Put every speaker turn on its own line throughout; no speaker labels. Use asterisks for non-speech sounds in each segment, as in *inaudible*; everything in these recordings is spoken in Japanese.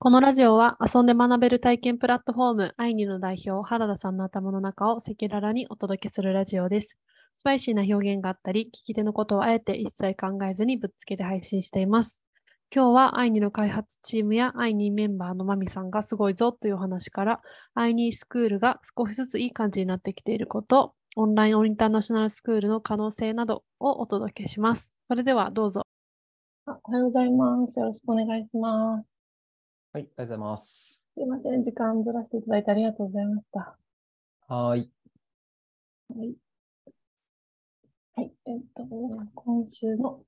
このラジオは遊んで学べる体験プラットフォームアイニの代表原田さんの頭の中を赤裸々にお届けするラジオです。スパイシーな表現があったり、聞き手のことをあえて一切考えずにぶっつけて配信しています。今日はアイニの開発チームやアイニメンバーのマミさんがすごいぞというお話から、アイニスクールが少しずついい感じになってきていること、オンラインインターナショナルスクールの可能性などをお届けします。それではどうぞ。おはようございます。よろしくお願いします。
はい、ありがとうございます。
すいません、時間ずらしていただいてありがとうございました。
はーい。
はい。はい、えっと、今週の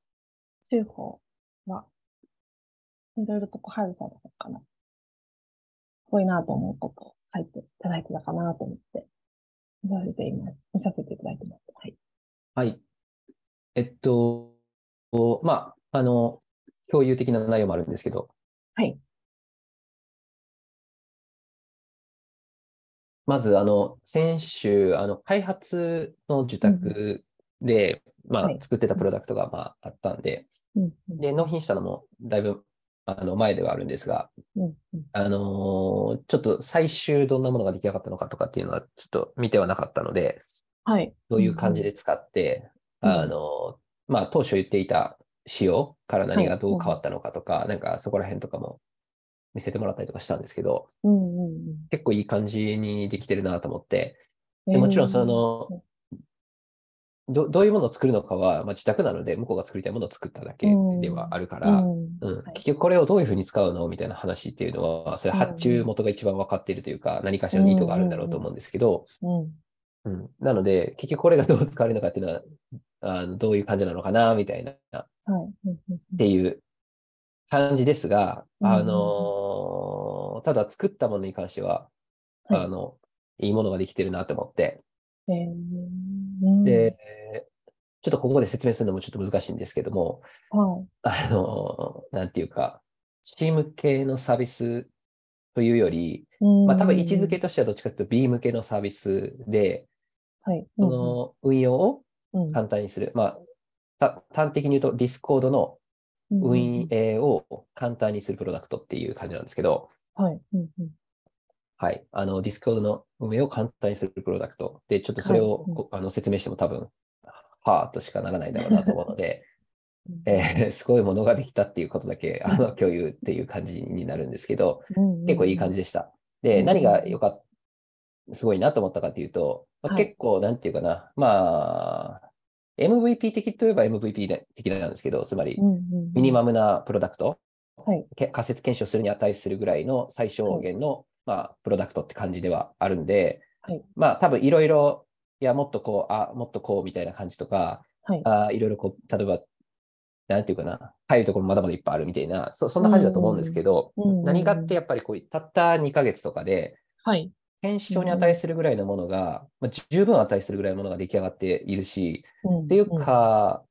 週報は、いろいろとこう、ハルさんの方から、すごいなと思うことを書いていただいてたかなと思って、見られています。見させていただいてます。はい。
はい。えっと、まあ、あの、共有的な内容もあるんですけど。
はい。
まず、あの、先週、あの、開発の受託で、ま
は
あ
い、
作ってたプロダクトが、まあ、あったんで、
うん、うん
で、納品したのも、だいぶ、あの、前ではあるんですが、
うん、うん。
あのーちょっと最終どんなものが出来上がったのかとかっていうのは、ちょっと見てはなかったので、
はい。
どういう感じで使って、
うん
あの、まあ、当初言っていた仕様から何
は
が
い
どう変わったのかとか、なんかそこら辺とかも見せてもらったりとかしたんですけど、
うん、うん、うん。
結構いい感じにできてるなと思って、
え
で
ー
もちろんそ、の、どどういうものを作るのかは、まあ、自宅なので、向こうが作りたいものを作っただけ
うん
ではあるか
う
ら、
ん、
うん
はい
結局これをどういうふうに使うのみたいな話っていうのは、それ
うん
発注元が一番分かっているというか、何かしらの意図があるんだろうと思うんですけど、
うん。
うん、なので、結局これがどう使われるのかっていうのは、あのどういう感じなのかな、みたいな、っ
はい。うんうんうん
ていう感じですが、
うん
あのーただ作ったものに関しては、
はい
あの、いいものができてるなと思って、
えーうん
で、ちょっとここで説明するのもちょっと難しいんですけども、
はい。
あのーなんていうか、チーム系のサービスというより、ま
ま
あ多分位置づけ、としてはどっちかというと B 向けのサービスで、
はい、
その運用を
うんうん
簡単にする。まあ、た端的に言うと、ディスコードの運営を簡単にするプロダクトっていう感じなんですけど、
はい。うんうん
はい。あの、ディスコードの運営を簡単にするプロダクト。で、ちょっとそれを
はい
こうあの説明しても多分、はぁとしかならないだろうなと思うので、えーすごいものができたっていうことだけ、あの、共有っていう感じになるんですけど、結構いい感
じ。
じでした。
う
で、
ん
何が良かった、すごいなと思ったかというと、まあ、
はい
結構、なんていうかな、まあ、MVP 的といえば MVP な的なんですけど、つまり
う、んうん
ミニマムなプロダクト、
はい
け仮説検証するに値するぐらいの最小限の、まあ、プロダクトって感じではあるんで、
はい
まあ、多分いろいろ、いや、もっとこう、あ、もっとこうみたいな感じとか、
はい
あいろいろこう、例えば、なんていうかな、入るところまだまだいっぱいあるみたいな、そそんな感じだと思うんですけど、
うんうんうん
何かってやっぱりこう、たった2ヶ月とかで、
はい。
検証に値するぐらいのものが、まあ、十分値するぐらいのものが出来上がっているし、
っ
っていう、か、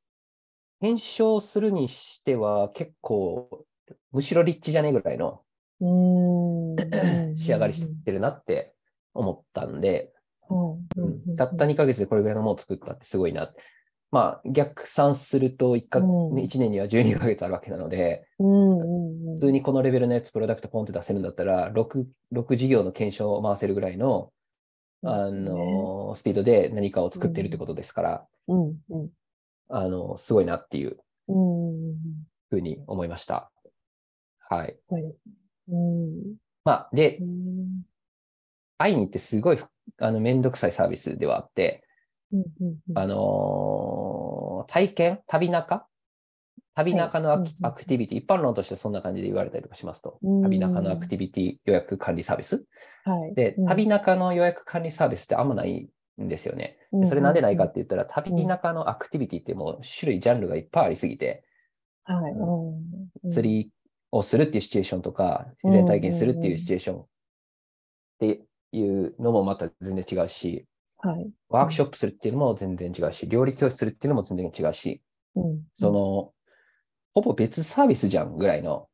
検証するにしては結構、むしろリッチじゃねえぐらいの
うん。
仕上がりしてるなって思ったんで、
うんうんうん
たった2ヶ月でこれぐらいのものを作ったってすごいな。まあ、逆算すると 1, か
うん
1年には12ヶ月あるわけなので、
うんうんうん
普通にこのレベルのやつ、プロダクトポンって出せるんだったら、6, 6事業の検証を回せるぐらいの、あの、スピードで何かを作ってるってことですから、
うんうん
あの、すごいなっていう
うんうん。
ふうに思いました。はい。
これですね。うん
まあ、で
う、ん
会いに行ってすごい、あの、めんどくさいサービスではあって、
うんうんうん
あのー体験旅中旅中のアク,、
はいうんうん
アクティビティ、一般論としてそんな感じで言われたりとかしますと、
うん
旅中のアクティビティ予約管理サービス。
はい
で、
うん
旅中の予約管理サービスってあんまないんですよね。
う
で
ん
それなんでないかって言ったら、旅中のアクティビティってもう種類、ジャンルがいっぱいありすぎて、
はい。うん
釣りをするっていうシチュエーションとか、自然体験するっていうシチュエーションっていうのもまた全然違うし、
はい。
ワークショップするっていうのも全然違うし、料理教室するっていうのも全然違うし、
うん
その、ほぼ別サービスじゃんぐらいの、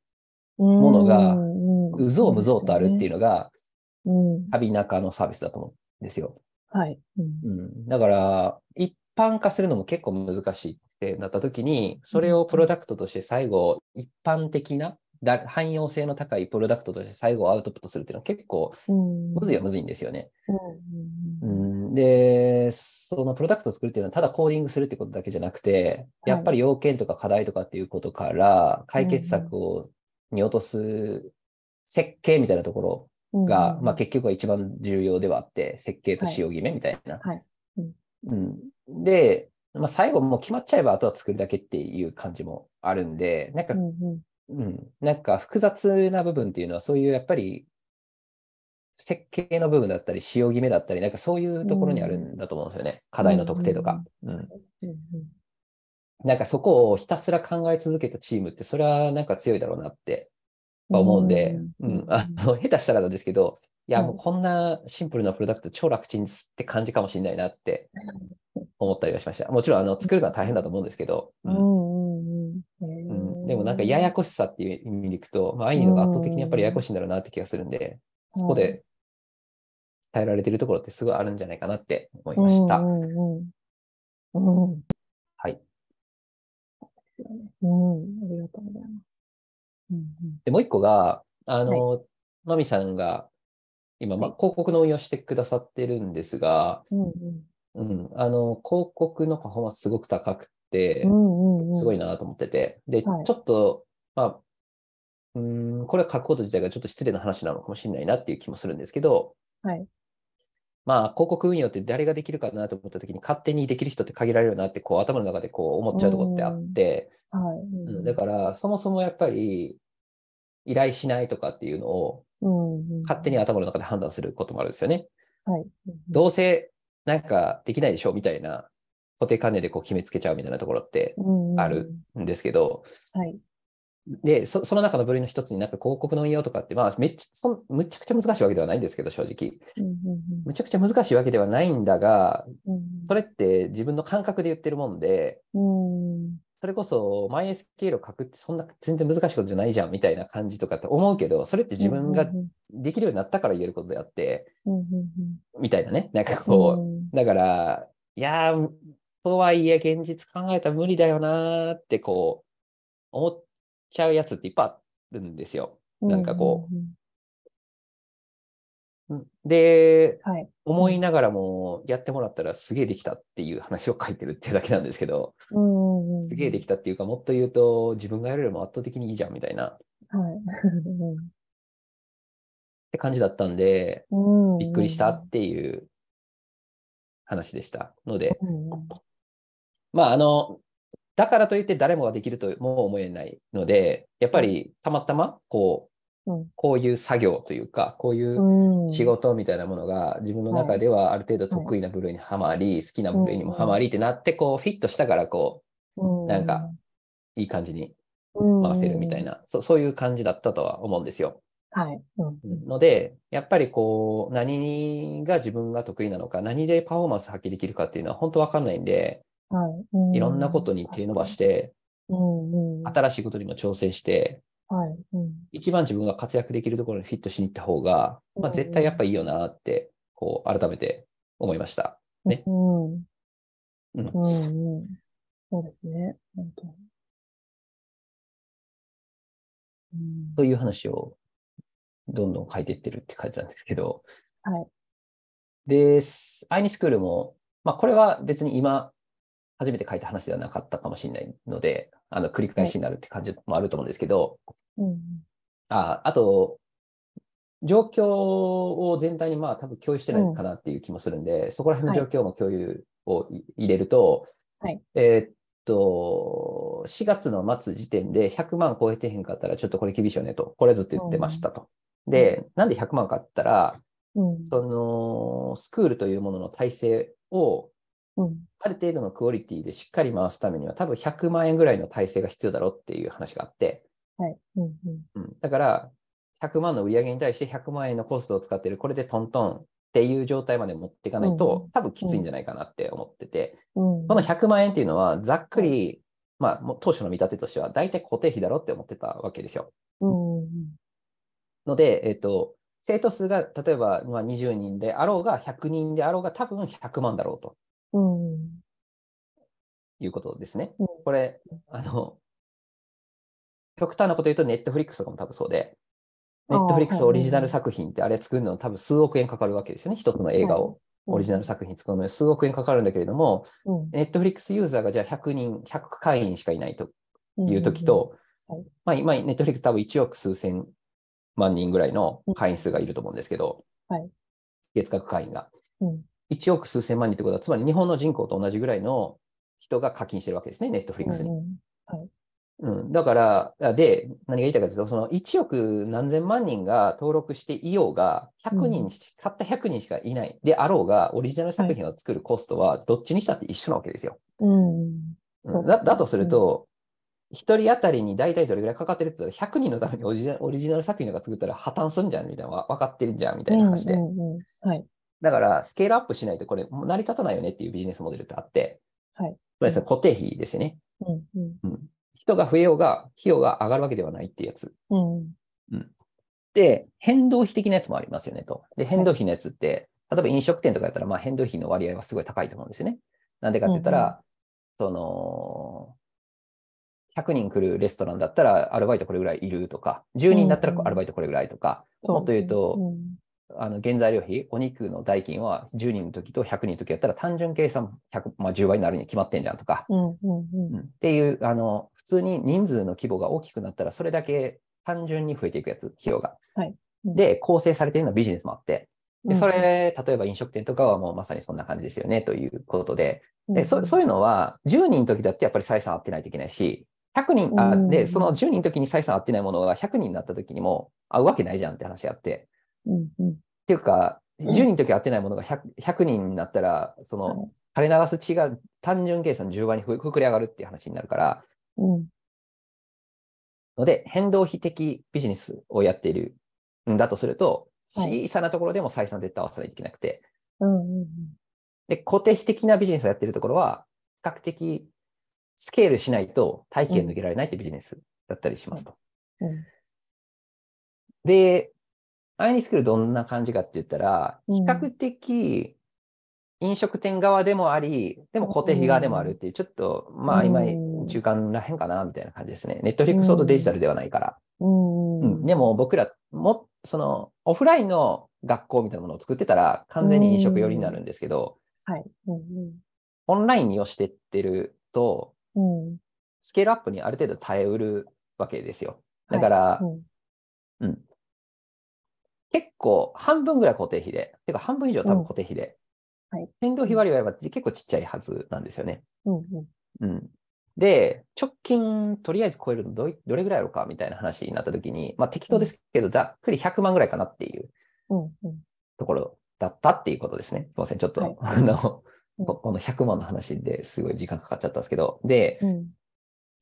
うん
ものが
んん
うぞうむぞうとあるっていうのが、
うん。
旅中のサービスだと思うんですよ。
はい。うん
うん、だから、一般化するのも結構難しいってなった時に、それをプロダクトとして最後、一般的なだ汎用性の高いプロダクトとして最後アウトプットするっていうのは結構
うん
むずいはむずいんですよね。
うん
う
うんうん
ん、で、そのプロダクトを作るっていうのはただコーディングするってことだけじゃなくて、
はい
やっぱり要件とか課題とかっていうことから解決策を見落とす設計みたいなところ
うん
が、まあ、
うん
結局は一番重要ではあって、設計と使用決めみたいな。
はいうん
うん、で、まあ、最後もう決まっちゃえば、あとは作るだけっていう感じもあるんで、なんか、
う
うんん
うん
なんか複雑な部分っていうのは、そういうやっぱり、設計の部分だったり、使用決めだったり、なんかそういうところにあるんだと思うんですよね。課題の特定とか。うん
うんうん
なんかそこをひたすら考え続けたチームって、それはなんか強いだろうなってやっぱ思うんで、うんあの下手したらなんですけど、いや、
はい
もうこんなシンプルなプロダクト超楽ちんですって感じかもしれないなって思ったりはしました。もちろんあの作るのは大変だと思うんですけど、
う
*laughs* うん
んうんうん
う
うんん
でもなんかややこしさっていう意味でいくと、まあ、アイニーの方が圧倒的にやっぱりややこしいんだろうなって気がするんで、
うん
そこで伝えられてるところってすごいあるんじゃないかなって思いました。
うんうんうんうん
はい。
うん、ありがとうございます。うんうん
で、もう一個が、あの、マミさんが今、まあ、広告の運用してくださってるんですが、
うん
うん、あの、広告のパフォーマンスすごく高くて、
うんうん、
すごい
な。
なと思ってて、で、
はい
ちょっと、まあ、うーん、これ書くこと自体がちょっと失礼な話なのかもしれないなっていう気もするんですけど、
はい
まあ、広告運用って誰ができるかなと思った時に、勝手にできる人って限られるなって、こう、頭の中でこう思っちゃうところってあって、
はい。
うんだから、そもそもやっぱり、依頼しないとかっていうのを、
うんうん、
勝手に頭の中で判断することもあるんですよね。
はい。
どうせなんかできないでしょみたいな固定観念でこう決めつけちゃうみたいなところって
うん
ある。んですけど、
はい。
で、そその中の部類の一つになんか広告の運用とかって、まあめっちゃそん、むちゃくちゃ難しいわけではないんですけど、正直。
うんうん
むちゃくちゃ難しいわけではないんだが、
うんうん
それって自分の感覚で言ってるもんで、
うん
それこそ MySQL を書くってそんな全然難しいことじゃないじゃんみたいな感じとかって思うけど、それって自分が
うんうん
できるようになったから言えることであって、
うんうん
みたいなね、なんか
うん
こう、だから、いやー、とはいえ現実考えたら無理だよなーってこう、思っちゃうやつっていっぱいあるんですよ。
う
なんかこ
う
うんで、
ん。はい。
思いながらもやってもらったらすげえできたっていう話を書いてるってだけなんですけど、
うんうんうん
すげえできたっていうか、もっと言うと自分がやるよりも圧倒的にいいじゃんみたいなっ
はい。
て感じだったんで、
うんうん
びっくりしたっていう話でした。ので、
うんうん
まあ、あの、だからといって誰もができるとも思えないので、やっぱりたまたま、こう、
うん
こういう作業というか、こういう
うん
仕事みたいなものが自分の中ではある程度得意な部類にはまり、好きな部類にもはまりってなって、こう、フィットしたから、
う
こ
ん
なんかう、いい感じに
うん
回せるみたいな、そそういう感じだったとは思うんですよ。
はい。うん
ので、やっぱりこう、何が自分が得意なのか、何でパフォーマンス発揮できるかっていうのは本当わかんないんで、
はいうん
いろんなことに手伸ばして、
うんうん
新しいことにも挑戦して、
はい。うん
一番自分が活躍できるところにフィットしに行った方が、まあ、絶対やっぱいいよなって、こう、改めて思いました。ね
うん。うん
うん
うん。そうですね。本当にうん
という話を、どんどん書いていってるって感じなんですけど。
はい。
で、すアイニスクールも、まあ、これは別に今、初めて書いた話ではなかったかもしれないので、あの、繰り返しになるって感じもあると思うんですけど、
うん
あ、あと、状況を全体にまあ多分共有してないかなっていう気もするんで、そこら辺の状況も共有をい入れると、
はい
えーっと、4月の末時点で100万超えてへんかったらちょっとこれ厳しいよねと、これずっと言ってましたと。で、なんで100万かって言ったら、
うん
そのスクールというものの体制を
うん
ある程度のクオリティでしっかり回すためには多分100万円ぐらいの体制が必要だろうっていう話があって、
はい。うんうん
うんだから、100万の売り上げに対して100万円のコストを使ってる、これでトントンっていう状態まで持っていかないと、
うん
多分きついんじゃないかなって思ってて、
うん
この100万円っていうのは、ざっくり、まあ、もう当初の見立てとしては、大体固定費だろって思ってたわけですよ。
うんうん
ので、えっ、と、生徒数が例えばまあ20人であろうが、100人であろうが、多分100万だろうと
うんうん
いうことですね。
うん
これ、あの、極端なこと言うと、ネットフリックスとかも多分そうで、
あ
ネ
ー
ットフリックスオリジナル作品ってあれ作るの多分数億円かかるわけですよね。一つの映画を、オリジナル作品作るのに数億円かかるんだけれども、
品
ネットフリックスユーザーがじゃあ100人、100会員しかいないという時、と
うんうんうん、
まあ今、ネットフリックス多分1億数千万人ぐらいの会員数がいると思うんですけど
はい、
月額会員が。
うんうん
1億数千万人ってことは、つまり日本の人口と同じぐらいの人が課金してるわけですね、ネットフリックスに。
うん
うん、だから、あで、何が言いたいかというと、その1億何千万人が登録していようが、100人し、たった100人しかいないであろうが、オリジナル作品を作るコストは、どっちにしたって一緒なわけですよ。
うん
う
そ
ん、
う
だだとすると、1人当たりに大体どれぐらいかかってるって言ったら、100人のためにオリジナオリジナル作品とか作ったら破綻するんじゃんみたいな、わ分かってるんじゃんみたいな話で。
うんうんうんはい。
だから、スケールアップしないと、これ、成り立たないよねっていうビジネスモデルってあって、
はい
つまりその固定費ですよね。
うんうん
うん人が増えようが、費用が上がるわけではないっていうやつ。
うん
で、変動費的なやつもありますよねと。で、変動費のやつって、例えば飲食店とかやったら、まあ変動費の割合はすごい高いと思うんですよね。なんでかって言ったら、その、100人来るレストランだったらアルバイトこれぐらいいるとか、10人だったら
うんうん
アルバイトこれぐらいとか、
そう
もっと言うと
ん
あの原材料費、お肉の代金は10人の時と100人の時やったら単純計算100、まあ、10倍になるに決まってんじゃんとか、
うんうんうん
うんっていう、あの、普通に人数の規模が大きくなったら、それだけ単純に増えていくやつ、費用が。
はいうん
で、構成されているのはビジネスもあって、
う
で
ん
それ、例えば飲食店とかはもうまさにそんな感じですよね、ということで、
うん
でそそういうのは、10人の時だってやっぱり採算合ってないといけないし、100人、あ
うん
で、その10人の時に採算合ってないものが100人になった時にも合うわけないじゃんって話があって、
うんうん
っていうか、
ん
10人の時合ってないものが 100, 100人になったら、そ
は
の、垂れ流す血が単純計算10倍にふ膨れ上がるっていう話になるから、
うん
ので、変動費的ビジネスをやっているんだとすると、
はい
小さなところでも採算絶対合わせないといけなくて、
うんうん
で、固定費的なビジネスをやっているところは、比較的スケールしないと大気が抜けられないってビジネスだったりしますと。
うん
で、アイニスクールどんな感じかって言ったら、
う
比
ん
較的飲食店側でもあり、でも固定費側でもあるっていう、ちょっと、まあ、
うん
今、中間らへんかな、みたいな感じですね。ネットフリックスほどデジタルではないから。
うん
うんでも、僕らも、その、オフラインの学校みたいなものを作ってたら、完全に飲食寄りになるんですけど、
はいうんうん
オンラインに寄してってると、
うん
スケールアップにある程度耐えうるわけですよ。
は
だ
い
から
う、ん
結構半分ぐらい固定費で、てか半分以上多分固定費で、
うんはい
変動費割合は結構ちっちゃいはずなんですよね。
うんうん
うん、で、直近とりあえず超えるのどいどれぐらいやろうかみたいな話になった時に、まあ適当ですけど、ざっくり100万ぐらいかなっていう
うんうん
ところだったっていうことですね。すいません、ちょっと、
はい
*laughs* あの、
うん
ここの100万の話ですごい時間かかっちゃったんですけど、で、
うん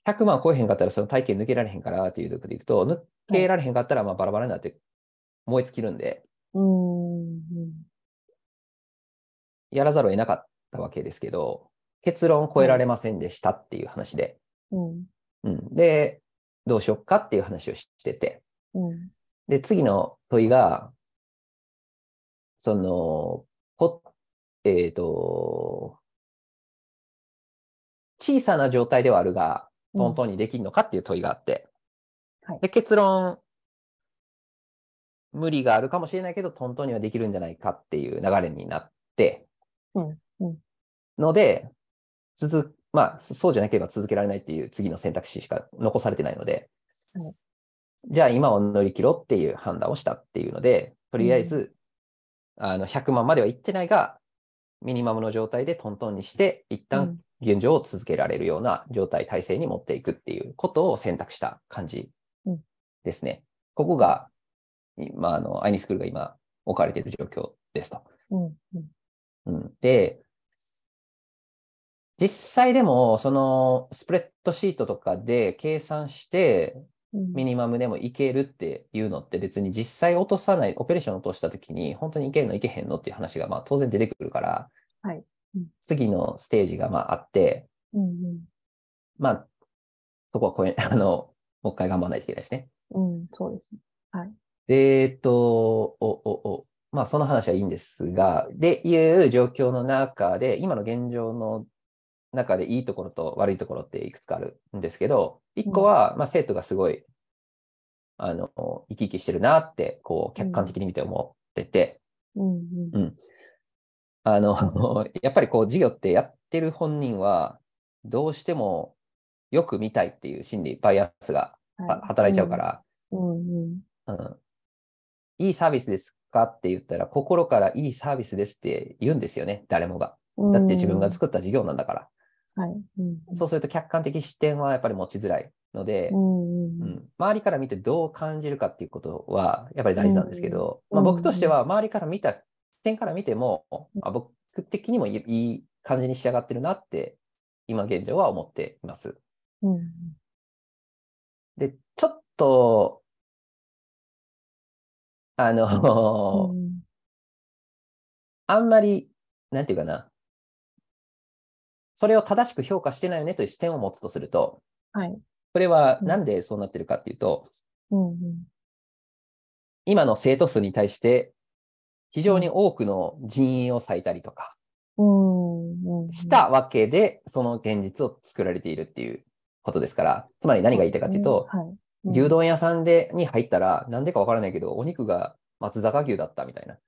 100万超えへんかったらその体型抜けられへんからっていうところでいくと、抜けられへんかったらまあバラバラになって燃え尽きるんで、
うんうん
やらざるを得なかったわけですけど、結論を超えられませんでしたっていう話で、
うん
うん、で、どうしよっかっていう話をしてて、
うん
で、次の問いが、その、こえっ、と、小さな状態ではあるが、トントンにできるのかっていう問いがあって、
はい
で、結論、無理があるかもしれないけど、トントンにはできるんじゃないかっていう流れになって、
うんうん
ので、続、まあ、そそうじゃなければ続けられないっていう次の選択肢しか残されてないので
はい、
じゃあ今を乗り切ろうっていう判断をしたっていうので、とりあえず、あの、100万までは行ってないが、ミニマムの状態でトントンにして、一
う
旦
ん
現状を続けられるような状態、体制に持っていくっていうことを選択した感じ
うん
ですね。ここが、今、あの、アイニスクールが今置かれている状況ですと。
うんうん
うん、で、実際でも、その、スプレッドシートとかで計算して、
うん
ミニマムでもいけるっていうのって別に実際落とさない、オペレーション落としたときに本当にいけるのいけへんのっていう話がまあ当然出てくるから、
はいうん
次のステージがまああって、
うん
まあ、そこはこれ、あの、もう *laughs* 一回頑張らないといけないですね。
うんうんそうです
えーっと、お、お、お、まあその話はいいんですが、で、いう状況の中で、今の現状の中でいいところと悪いところっていくつかあるんですけど、一個は、まあ、生徒がすごい、あの、生き生きしてるなって、こう、客観的に見て思ってて、
うんうん
うん。あの、 *laughs* やっぱりこう、授業ってやってる本人は、どうしてもよく見たいっていう心理、バイアスが
は
働いちゃうか。ら、
うんうん
うんいいサービスですかって言ったら、心からいいサービスですって言うんですよね、誰もが。
うん
だって自分が作った事業なんだから。
はい。うん
そうすると客観的視点はやっぱり持ちづらいので、
うんうん
うん周りから見てどう感じるかっていうことはやっぱり大事なんですけど、
うん
まあ、僕としては周りから見た視点から見ても、あ僕的にもいいいい感じに仕上がってるなって今現状は思っています。
うんうん
で、ちょっと、あの、あんまり、なんていうかな、それを正しく評価してないよねという視点を持つとすると、
はい。
これは
うん
なんでそうなってるかっていうと、
うんうん
今の生徒数に対して、非常に多くの人員を割いたりとか
うんうん
したわけで、その現実を作られているっていうことですから、つまり何が言いたいかっていうと、
はいうん
牛丼屋さんでに入ったら、なんでかわからないけど、お肉が松坂牛だったみたいな、っ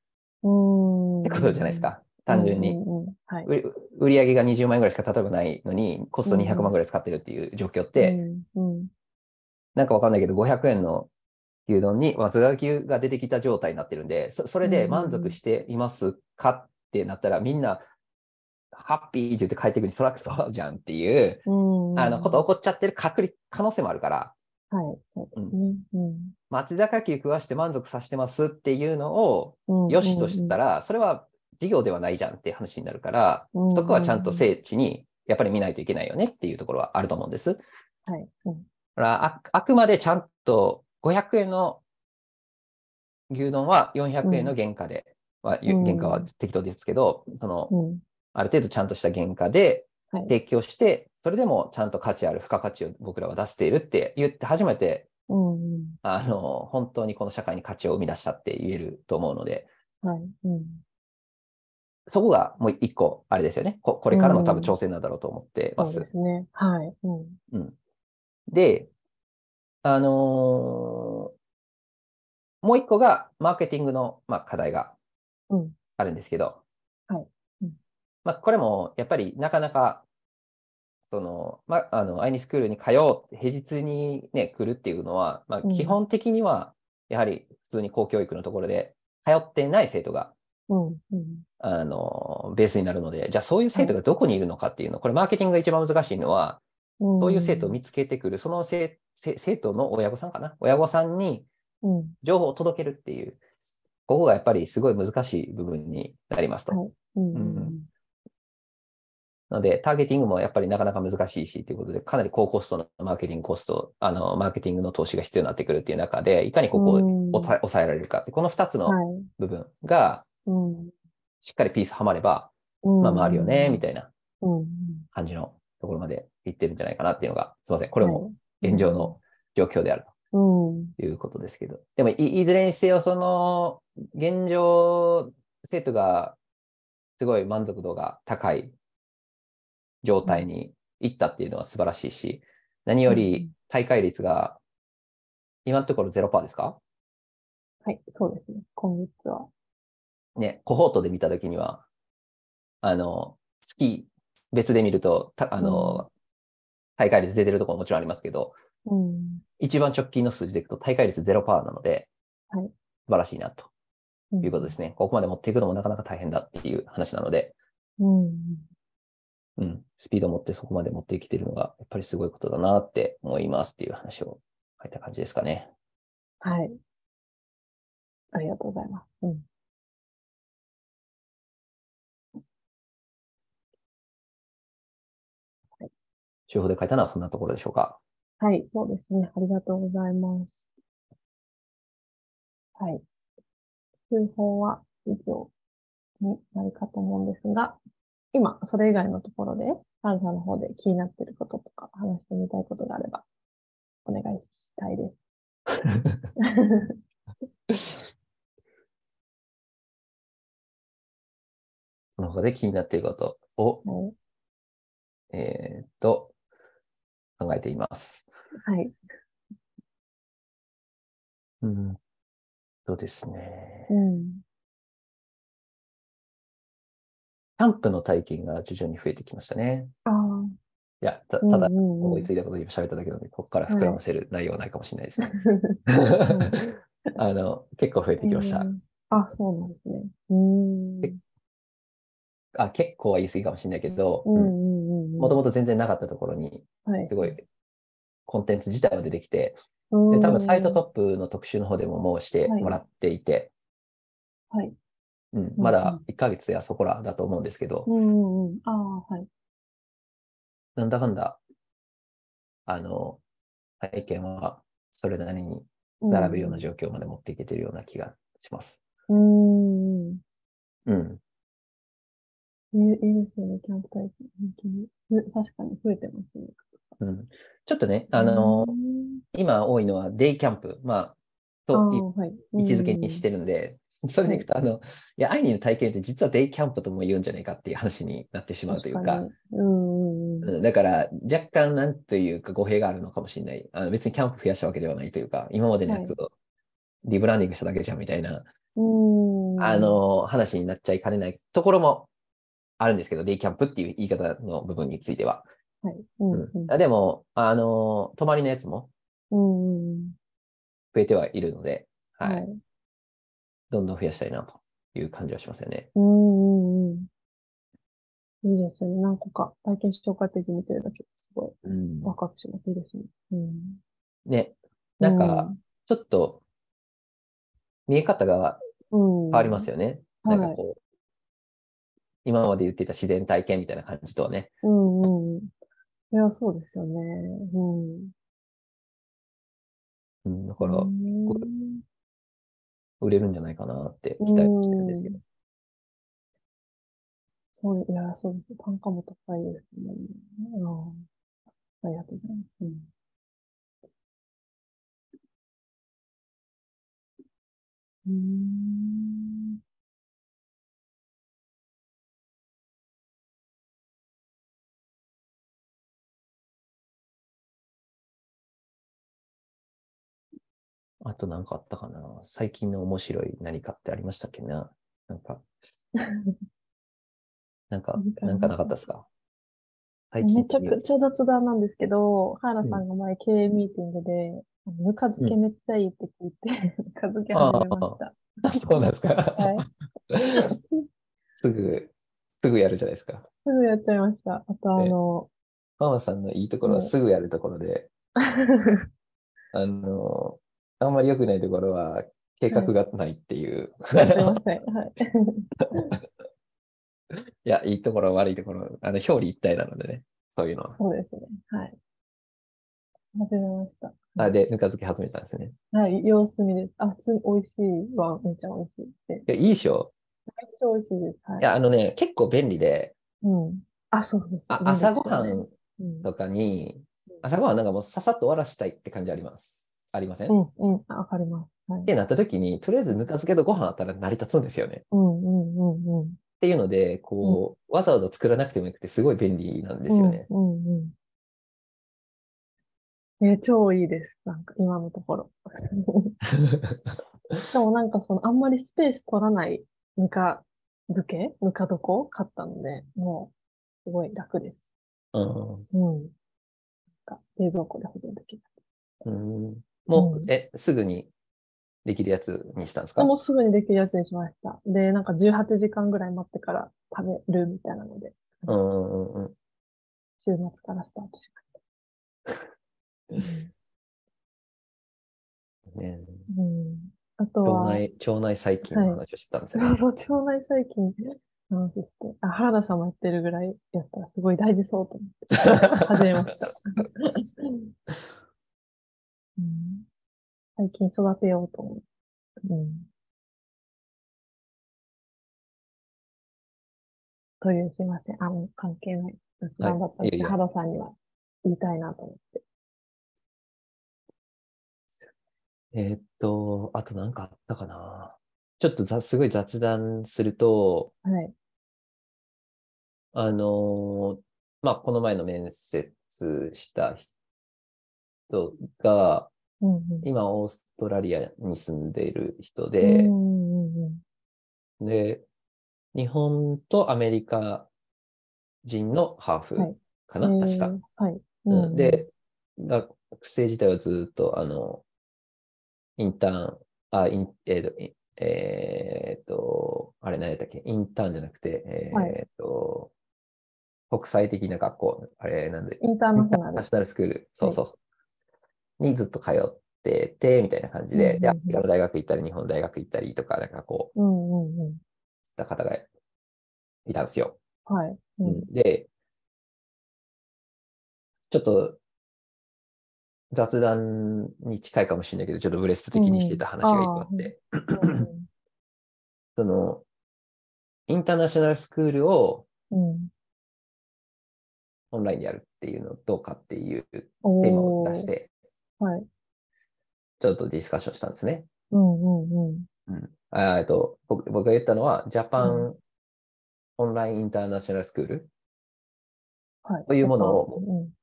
うん
てことじゃないですか、単純に。
うんうんはい。
売り売り上げが20万円ぐらいしか例えばないのに、コスト
うんうん
200万ぐらい使ってるっていう状況って、
うんうん
なんかわかんないけど、500円の牛丼に松坂牛が出てきた状態になってるんで、そそれで満足していますかってなったら、みんな、ハッピーって言って帰ってくるに、そらくそうじゃんっていう、
うん
あの、こと起こっちゃってる確率、可能性もあるから、
はい、そうですね。うん
松坂牛食わして満足させてますっていうのを、
うん
よしとしたら、それは事業ではないじゃんっていう話になるから、そこはちゃんと
せ
聖地に、やっぱり見ないといけないよねっていうところはあると思うんです。
はい。うん
だからああくまでちゃんと500円の牛丼は400円の原価で、まあ、ゆ
うん
原価は適当ですけど、その
うん
ある程度ちゃんとした原価で
はい
提供して、それでもちゃんと価値ある、付加価値を僕らは出しているって言って初めて、
うんうん
あの、本当にこの社会に価値を生み出したって言えると思うので、
はい。うん
そこがもう一個、あれですよねこ。これからの多
う
分
ん
挑戦なんだろうと思ってま
そう
す
で。すね。はい。うん
うんで、あのーもう一個がマーケティングの、まあ、課題が
うん
あるんですけど、
はいうん
まあ、これもやっぱりなかなか、その、まあ、あの、アイニスクールに通おうって、平日にね、来るっていうのは、まあ、
うん
基本的には、やはり普通に公教育のところで通ってない生徒が、
うんうん
あの、ベースになるので、じゃあそういう生徒がどこにいるのかっていうの、これマーケティングが一番難しいのは、
うん
そういう生徒を見つけてくる、その生生生徒の親御さんかな、親御さんに
うん
情報を届けるっていう、ここがやっぱりすごい難しい部分になりますと。
はいうんうん
うんなので、ターゲティングもやっぱりなかなか難しいしということで、かなり高コストのマーケティングコスト、あのマーケティングの投資が必要になってくるっていう中で、いかにここを
うん
抑え抑えられるかって、この2つの
はい
部分が
うん
しっかりピースはまれば、
うん
まあ回るよね、みたいな
うんうん
感じのところまでいってるんじゃないかなっていうのが、すみません、これも現状の状況であると。
うん
ということですけど。でもい、いずれにせよ、その、現状、生徒が、すごい満足度が高い状態に行ったっていうのは素晴らしいし、何よ
う
り
ん
大会率が、今のところ0%ですか
はい、そうですね。今月は。
ね、コホートで見たときには、あの、月別で見ると、たあの、大会率出てるところももちろんありますけど、
うん
一番直近の数字でいくと大会率0%なので、
はい
素晴らしいなと。
うん
ということですね。ここまで持っていくのもなかなか大変だっていう話なので、
うん
うん、スピードを持ってそこまで持ってきてるのが、やっぱりすごいことだなって思いますっていう話を書いた感じですかね。
はい。ありがとうございます。うん
中報で書いたのはそんなところでしょうか。
はい、そうですね。ありがとうございます。はい。通報は以上になるかと思うんですが、今、それ以外のところで、アルさんの方で気になっていることとか、話してみたいことがあれば、お願いしたいです。
その他で気になっていることを、
はい
えーっと、考えています。
はい。
うん。そうですね。
うん。
キャンプの体験が徐々に増えてきましたね。
ああ。
いや、た
うん
ただ、
うんうん
思いついたことを今喋っただけなので、ここから膨らませる内容はないかもしれないですね。 *laughs* あの、結構増えてきました
う。んあ、そうなんですね。うん。
であ、結構は言い過ぎかもしれないけど、
うんうんうん。
もともと全然なかったところに、
はい
すごいコンテンツ自体は出てきて、
う
で
ん
多分サイトトップの特集の方でも申して
はい
もらっていて、
はい。
うん、まだ1ヶ月やそこらだと思うんですけど、
うんうんうん。ああ、はい。
なんだかんだ、あの、体験はそれなりに並ぶような状況まで持っていけてるような気がします。
うんうんうん。
うん。
いいいいですよね、キャンプ体験。本当に。ふ確かに増えてますね。
うん、ちょっとね、あの
う、ん
今多いのはデイキャンプ、まあ、とい
あーはい。
位置づけにしててるんで、それでいくと、あの、いや、アイニーの体験って実はデイキャンプとも言うんじゃないかっていう話になってしまうというか、
確かに。うんうんうん。
うんだから若干なんというか語弊があるのかもしれない。あの別にキャンプ増やしたわけではないというか、今までのやつをリブランディングしただけじゃんみたいな、
うん
あ、の、話になっちゃいかねないところもあるんですけど、デイキャンプっていう言い方の部分については。
はい。うん
う
うんんうん
あでも、あの、泊まりのやつも
うんうん。
増えてはいるので、はい。
はい。
どんどん増やしたいなという感じはしますよね。
うんうんうん。いいですよね。何個か体験紹介ページ見てるだけですごい
うん
ワクワクします。いいですね。うん。
ね、なんか、ちょっと見え方が
変
変わりますよね。
はい
なんかこう、今まで言ってた自然体験みたいな感じとはね。
うんうんうん。いや、そうですよね。うん。
うん、だから、
うん
こ売れるんじゃないかなって期待はしてるんですけど。
そう、いや、そうです。単価も高いですね。うんありがとうございます。うんうーん。
あとなんかあったかな最近の面白い何かってありましたっけななん *laughs* か、なんか
何、かな
なんかなかったですか最近
めちゃくちゃ雑談なんですけど、原さんが前経営ミーティングで、あのぬか漬けめっちゃいいって聞いて、ぬか漬け始めました。
あ *laughs* そうなんですか、
は
*laughs* すぐ、すぐやるじゃないですか。
すぐやっちゃいました。あと、あ
*laughs*
の、
ママさんのいいところは
うん
すぐやるところで、あの、あんまり良くないところは計画がないって *laughs* いう。
すいません。はい。
いや、いいところ、悪いところ、あの、表裏一体なのでね、そういうのは。
そうですね。はい。始めました。
あ、で、ぬか漬け始めたんですね。
はい、様子見です。あ、つ美味しいはめっちゃ美味しいって。めっ
いや、いいでしょ。
ちゃ美味しいです。はいい。
や、あのね、結構便利で、
うん。あ、そうです。
あ
いいです
朝
よ
ごは
ね
ん
うん
とかに、朝ごはんなんかもうささっと終わらしたいって感じあります。ありません、
う
っ
ん、うん、あわかります。はい。
てなった時に、とりあえずぬか漬けとご飯あったら成り立つんですよね。っ
うん、うん、うん、うん。
ていうので、こう、わざわざ作らなくてもよくて、すごい便利なんですよね。
うん、うん、うん。え、超いいです。なんか今のところ。しかもなんかその、あんまりスペース取らないぬか漬けぬか床を買ったので、もう、すごい楽です。
*laughs* うん
うん。なんか冷蔵庫で保存できる。
うんもう、
うん
え、すぐにできるやつにしたんですか
でもうすぐにできるやつにしました。で、なんか18時間ぐらい待ってから食べるみたいなので、
うんうんうんうん。
週末からスタートしました。
ね、
うん、あと
腸
は、
内、腸内細菌の話をしてたんですよね。
そうそう、腸内細菌の話して、あ、原田さんもやってるぐらいやったらすごい大事そうと思って、始めました。うん、最近育てようと思う。うん、という、すいません。あの、関係ない。頑張ったん
いえい
で、
え
原田さんには言いたいなと思って。
*laughs* えーっと、あとなんかあったかな。ちょっとざすごい雑談すると、
はい。
あのーまあ、この前の面接した人が、
うん
今オーストラリアに住んでいる人
うんう
で、
んうんうん
で、日本とアメリカ人のハーフ
はい
かな、確か。。
えーはい。
うん
うん、
で、学生自体はずっと、あの、インターン、あ、イン、えーと、いえーと、あれ何やったっけ、インターンじゃなくて、え
はい
ーと、国際的な学校、あれなんで、
インターナショナ
ナ
ル
シ。ョナルスクール、そうそうそう、にずっと通ってて、みたいな感じ
うんうんう
で、
ん
で、アメリカの大学行ったり、日本の大学行ったりとか、なんかこう、
うんうんうん。
た方がいたんですよ。
はい。うん
うんで、ちょっと雑談に近いかもしれないけど、ちょっとブレスト的にしてた話が一個あっ
うん
て、
うん
その、インターナショナルスクールを
うんうん
オンラインでやるっていうのどうかっていうテ
お
ーマを出して、
ーはい。
ちょっとディスカッションしたんですね。
うんうんうん。
うん、あえっと僕僕が言ったのは、ジャパ
う
ンオンラインインターナショナルスクール
はい。
というものを
うん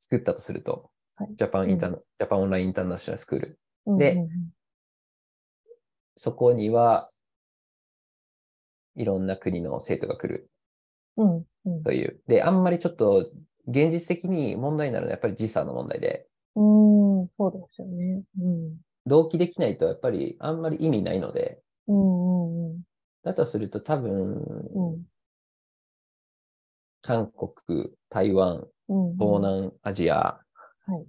作ったとすると、
はい
ジャパンインターナジャパンオンラインインターナショナルスクール
うんうん、
で
うん
そこには、いろんな国の生徒が来る
うんうん
という。で、あんまりちょっと、現実的に問題になるのはやっぱり時差の問題で、
うん、そうですよね。うん。
同期できないとやっぱりあんまり意味ないので、
うんうん
だとすると多分、
うん。
韓国、台湾、
うん。
東南アジア、
はい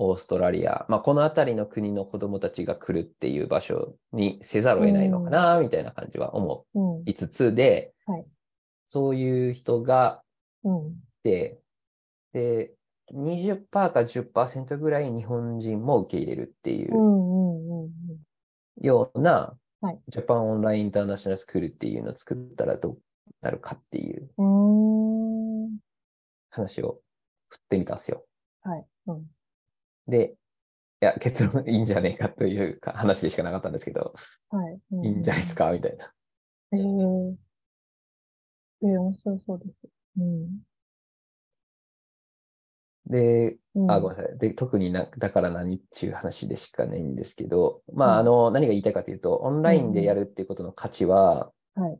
オーストラリア、まあ、この辺りの国の子供たちが来るっていう場所にせざるを得ないのかな、みたいな感じは思
うん。
いつつで、
はい
そういう人が
うん。
で、で、20%か10%ぐらい日本人も受け入れるってい
うんう
うん
うん
ような、
はい
ジャパンオンラインインターナショナルスクールっていうのを作ったらどうなるかっていう
うん。うーん。
話を振ってみたんですよ。
はい。うん。
で、いや、結論いいんじゃねえかというか話でしかなかったんですけど、
はい。う
いいんじゃないです
か。
かみたいな。
ええええ面白そうです。うん。
で、
うん、
あ、ごめんなさい。で、特にな、だから何っていう話でしかないんですけど、まあ、
う
あ
ん
の、何が言いたいかというと、オンラインでやるっていうことの価値は、
はい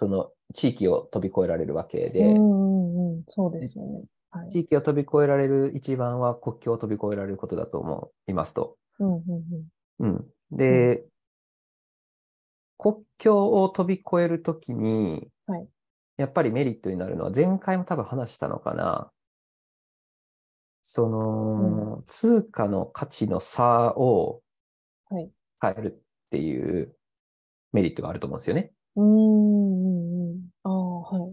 その地域を飛び越えられるわけで、
うんうんうん。そうですよね。はい。
地域を飛び越えられる一番は国境を飛び越えられることだと思いますと。
うんうんうん。
うん。で、国境を飛び越えるときに、
はい
やっぱりメリットになるのは、前回も多分話したのかな。その、通貨の価値の差を
はい
変えるっていうメリットがあると思うんですよね。
うーんうんうん。ああ、はい。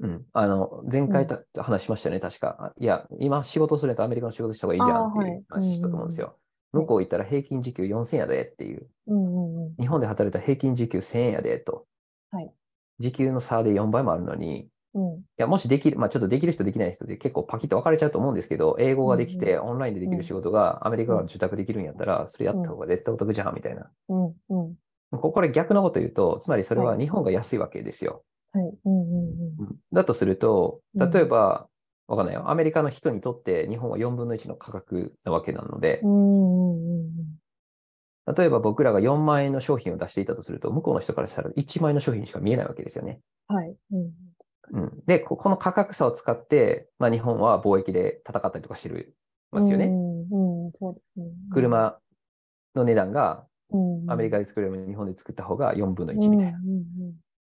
うん。あの、前回た、話しましたよね、確か。いや、今仕事するとアメリカの仕事した方がいいじゃんっていう
あーはい
話したと思うんですよ。向こう行ったら平均時給4000やでっていう。
うんうんうん。
日本で働いたら平均時給1000円やでと。
はい
時給の差で4倍もあるのに、い
うん
や、もしできる、まあちょっとできる人できない人で結構パキッと分かれちゃうと思うんですけど、英語ができて、オンラインでできる仕事がアメリカから受託できるんやったら、それやった方が絶対お得じゃん、みたいな。
うんうん。
ここれ逆のこと言うと、つまりそれは日本が安いわけですよ。
はい。うんうんうん。
だとすると、
うん
例えば、わかんないよ。アメリカの人にとって日本は4分の1の価格なわけなので
う、んうんうん。
例えば僕らが4万円の商品を出していたとすると、向こうの人からしたら1万円の商品しか見えないわけですよね。
はい。うん。
うん、で、ここの価格差を使って、まあ、日本は貿易で戦ったりとかしてるますよね。
うん、うん、そうですね。
車の値段が
うん、
アメリカで作るよりも日本で作った方が4分の1みたいな。
うんうんうん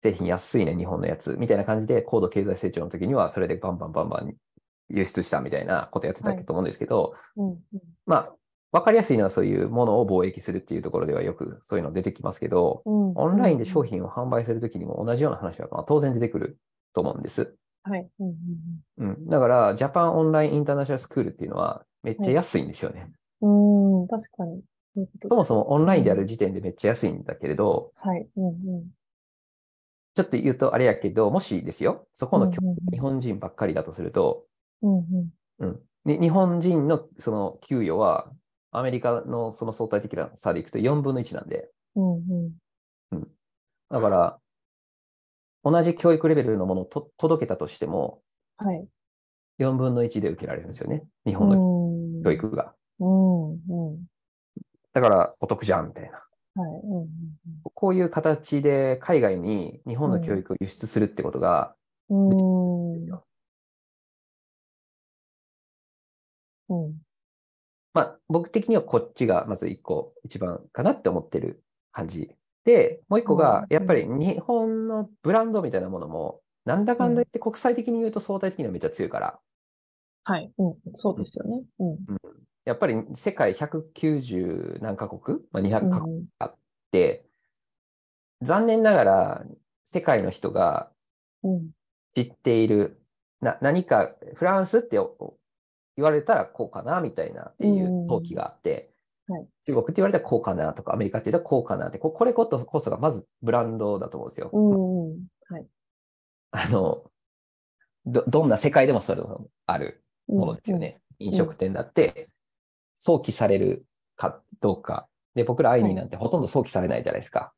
製品安いね、日本のやつ。みたいな感じで、高度経済成長の時には、それでバンバンバンバン輸出したみたいなことやってた
はい
と思うんですけど、
うんうん
まあ、わかりやすいのはそういうものを貿易するっていうところではよくそういうの出てきますけど、
うん
オンラインで商品を販売するときにも同じような話がまあ当然出てくると思うんです。
はい。うん
うん、だから、ジャパンオンラインインターナショナルスクールっていうのは、めっちゃ安いんですよね。
うんうん、うん確かに。そういうこと
そ
で
もそもオンラインである時点でめっちゃ安いんだけれど、
すはい。うんうん。
ちょっと言うとあれやけど、もしですよ、そこの教
うんうん
日本人ばっかりだとすると、
うんうん
うん、に日本人のその給与は、アメリカのその相対的な差でいくと4分の1なんで、
うんうん。
だから、同じ教育レベルのものをと届けたとしても、
はい。
4分の1で受けられるんですよね、日
う
本の。
ん
教育が。
うん、うん。
だからお得じゃんみたいな。
はい。うんうん
こういう形で海外に日本の教育を輸出するってことが、
うん。うん。うん。
まあ、僕的にはこっちがまず一個一番かなって思ってる感じ。で、もう一個
うん
が、やっぱり日本のブランドみたいなものも、なんだかんだ言って国際的に言うと相対的にはめっちゃ強いから、
はい。うん。そうですよね。うん。
やっぱり世界190何カ国、まあ、200カ国
うん
って、残念ながら世界の人が
うん。
知っている、な何かフランスってお言われたらこうかなみたいなってい
うん
う陶器があって、
はい
中国って言われたらこうかなとか、アメリカって言ったらこうかなって、ここれこそこそがまずブランドだと思うんですよ。
うん。うんはい。
あのど、どんな世界でもそれがある
うん
ものですよ。ね。飲食店だって、想起されるかどうか。で、僕らアイニーなんてほとんど想起されないじゃないですか。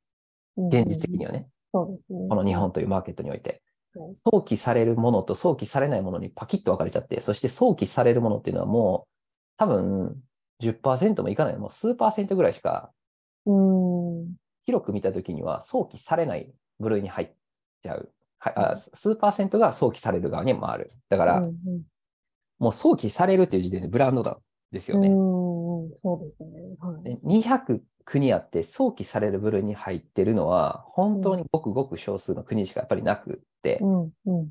うん
現実的に。はね。
うんそうですね。
この日本というマーケットにおいて
はい。
想起されるものと想起されないものにパキッと分かれちゃって、そして想起されるものっていうのはもう多分10%もいかない、もう数パーセントぐらいしか
うん。
広く見たときには想起されない部類に入っちゃう。はい、あ数パーセントが想起される側に回る。だから、
うんうん
もう想起されるっていう時点でブランドなんですよ
う
ね。
んうん。そうですね。はい。
で200国あって想起される部類に入ってるのは本当にごくごく少数の国しかやっぱりなくって、
うん。うん。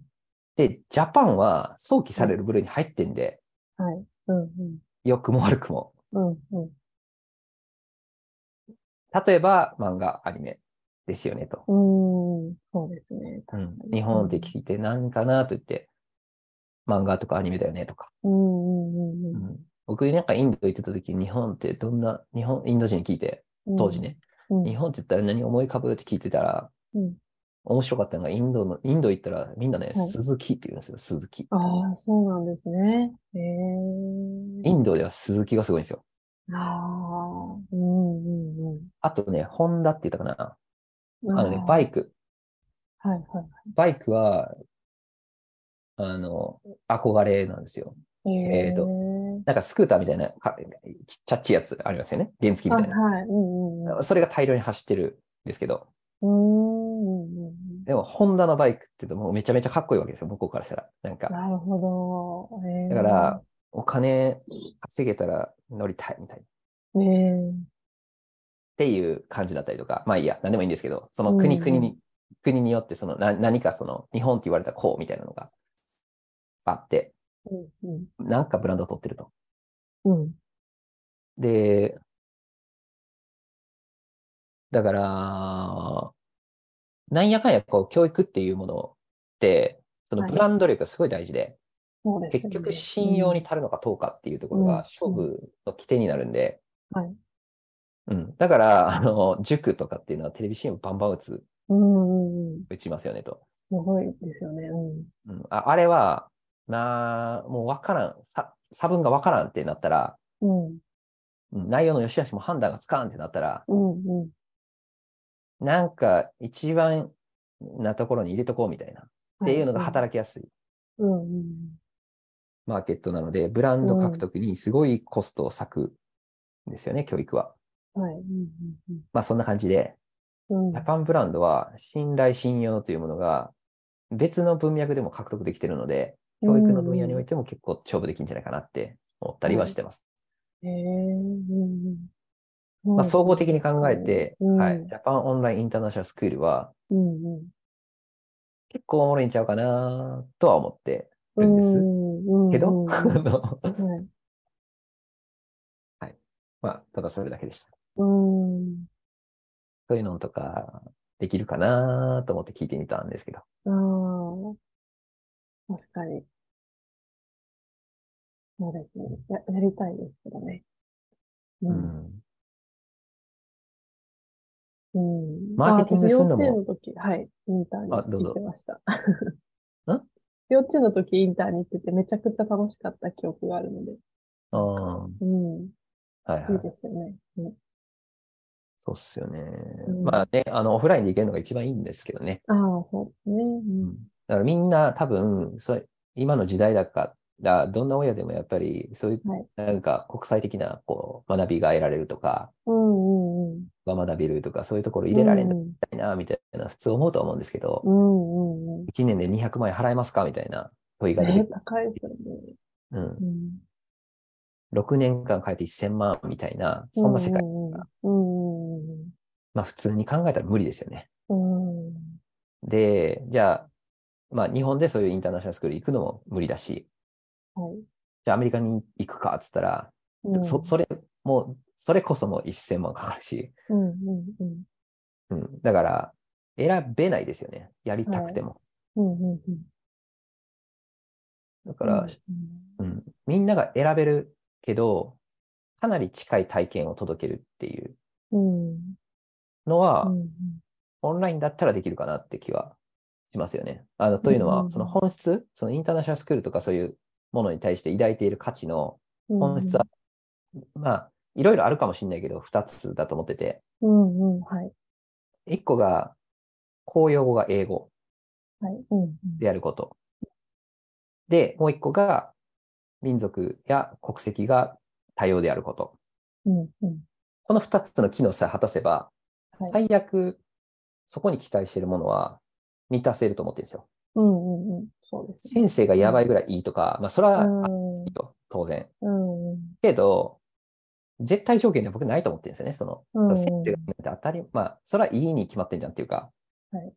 で、ジャパンは想起される部類に入ってんで、
はい。うん。
良くも悪くも。
うん。うん。
例えば、漫画、アニメですよね、と。
うん。うん。そうですね。
うん日本って聞いて何かなと言って、漫画とかアニメだよね、とか。
うん。うん。う
うんん僕、なんかインド行ってた時、日本ってどんな、日本、インド人に聞いて、
うん。
当時ね、
うん。
日本って言ったら何思い浮かぶって聞いてたら、
うん
面白かったのが、インドの、インド行ったらみんなね、
はい
鈴木って言うんですよ、鈴木。
ああ、そうなんですね。え
インドでは鈴木がすごいんですよ。
え。ああ。うん。うん。うん。
あとね、ホンダって言ったかな。あのね、バ
イ
イク。
ク。はい。はい。
バイクは、あの、憧れなんですよ。
え
えーと
と、
なんかスクーターみたいな、かちっちゃっちいやつありますよね。原付きみ
あ
たいな。
はい、うんうんうん。
それが大量に走ってるんですけど、
うーんうんうんうん
でも、ホンダのバイクって言うともうめちゃめちゃかっこいいわけですよ、向こうからしたら。なんか、
なるほど。えー
だから、、お金稼げたら乗りたいみたいな。っ
えー、
ていう感じだったりとか、まあいいや、なんでもいいんですけど、その国、
うん
国に、国によって、その、な何かその、日本って言われたこうみたいなのがあって、
うんうん
なんかブランドを取ってると。
うん
で、だから、なんやかんやこう教育っていうものって、その
はい
ブランド力がすごい大事で、
そうです
結
よね
局信用に足るのかどうかっていうところ
うん
が勝負の起点になるんで、
はい
うん。だから、あの、塾とかっていうのはテレビ CM バンバン打つ、
うんうんうん、す
打ちますよねと。
ごいですよね。うん
うん、ああれは、まあ、もうわからん、さ差分がわからんってなったら、
うん
うん内容の良し悪しも判断がつかんってなったら、
うんうん
なんか一番なところに入れとこうみたいな。っていうのが働きやすい
く。うんうん
マーケットなので、ブランド獲得にすごいコストを割くんですよね、教育は。
うんはい。うん
まあそんな感じで、
うんうん
ジャパンブランドは信頼信用というものが別の文脈でも獲得できてるので、教育の分野においても結構勝負できるんじゃないかなって思ったりはしてます。
うんへーうんうんそう
まあ総合的に考えて、
うん
はい、ジャパンオンラインインターナショナルスクールは
うんうん
結構おもろいんちゃうかなとは思ってるんです
うんうん
け
うん
ど、
うん *laughs* は
*laughs* あの
い
まあただそれだけでした。
うん
そういうのとかできるかなと思って聞いてみたんですけど。
ああ、確かに。そうですね。や、やりたいですけどね。う。
うんん
うん。
マーケティングするのも
あ私幼稚園の時、はい、インターンに
あどう
行
ぞ
ってました。
ん
*laughs* 幼稚園の時インターンに行っててめちゃくちゃ楽しかった記憶があるので。
ああ、は
うん。
いはい
いい。ですよね。うん
そうっすよね
うん。
まあね、あの、オフラインで行けるのが一番いいんですけどね。
ああ、そうですね。うん。
だからみんな多分、そう今の時代だからどんな親でもやっぱり、そういう
はい、
なんか国際的な、こう、学びが得られるとか、
うんうんうん。
が学べるとか、そういうところ入れられ
う
なんいな、みたいな、普通思うと思うんですけど、
うんうんうん。
1年で200万円払えますかみたいな問いが出
ね
て、
高いですよね。
うん
う、ん
6年間変えて1000万みたいな、そんな世界、
うんうんうん
まあ普通に考えたら無理ですよね。
うんうん
で、じゃあ、まあ日本でそういうインターナショナルスクール行くのも無理だし、
はい
じゃあアメリカに行くかっつったら、
うん
そそれもう、それこそもう1000万かかるし、
うんうんうん
うん、だから選べないですよね。やりたくても。
うんうんうん
だから、
うん
うん、みんなが選べるけど、かなり近い体験を届けるっていう
うん
のは、
うん
オンラインだったらできるかなって気はしますよね。あのというの
う
は、
ん
その本質、そのインターナショナルスクールとかそういうものに対して抱いている価値の
うん
本質は、まあ、いろいろあるかもしれないけど、2つだと思ってて、
うんうんはい
1個が公用語が英語
はいうんうん
であること。で、もう1個が民族や国籍が多様であること。
うんうん
この2つの機能さえ果たせば、
はい
最悪、そこに期待しているものは満たせると思ってるんですよ。
うんうんうんそうですね
先生がやばいぐらいいいとか、まあ、それはある
うん
よ、当然。
うんうん
けど、絶対条件では僕ないと思ってるんですよね。その、
うん
先生がいいなんて当たり、まあ、それはいいに決まってんじゃんっていうか。
はい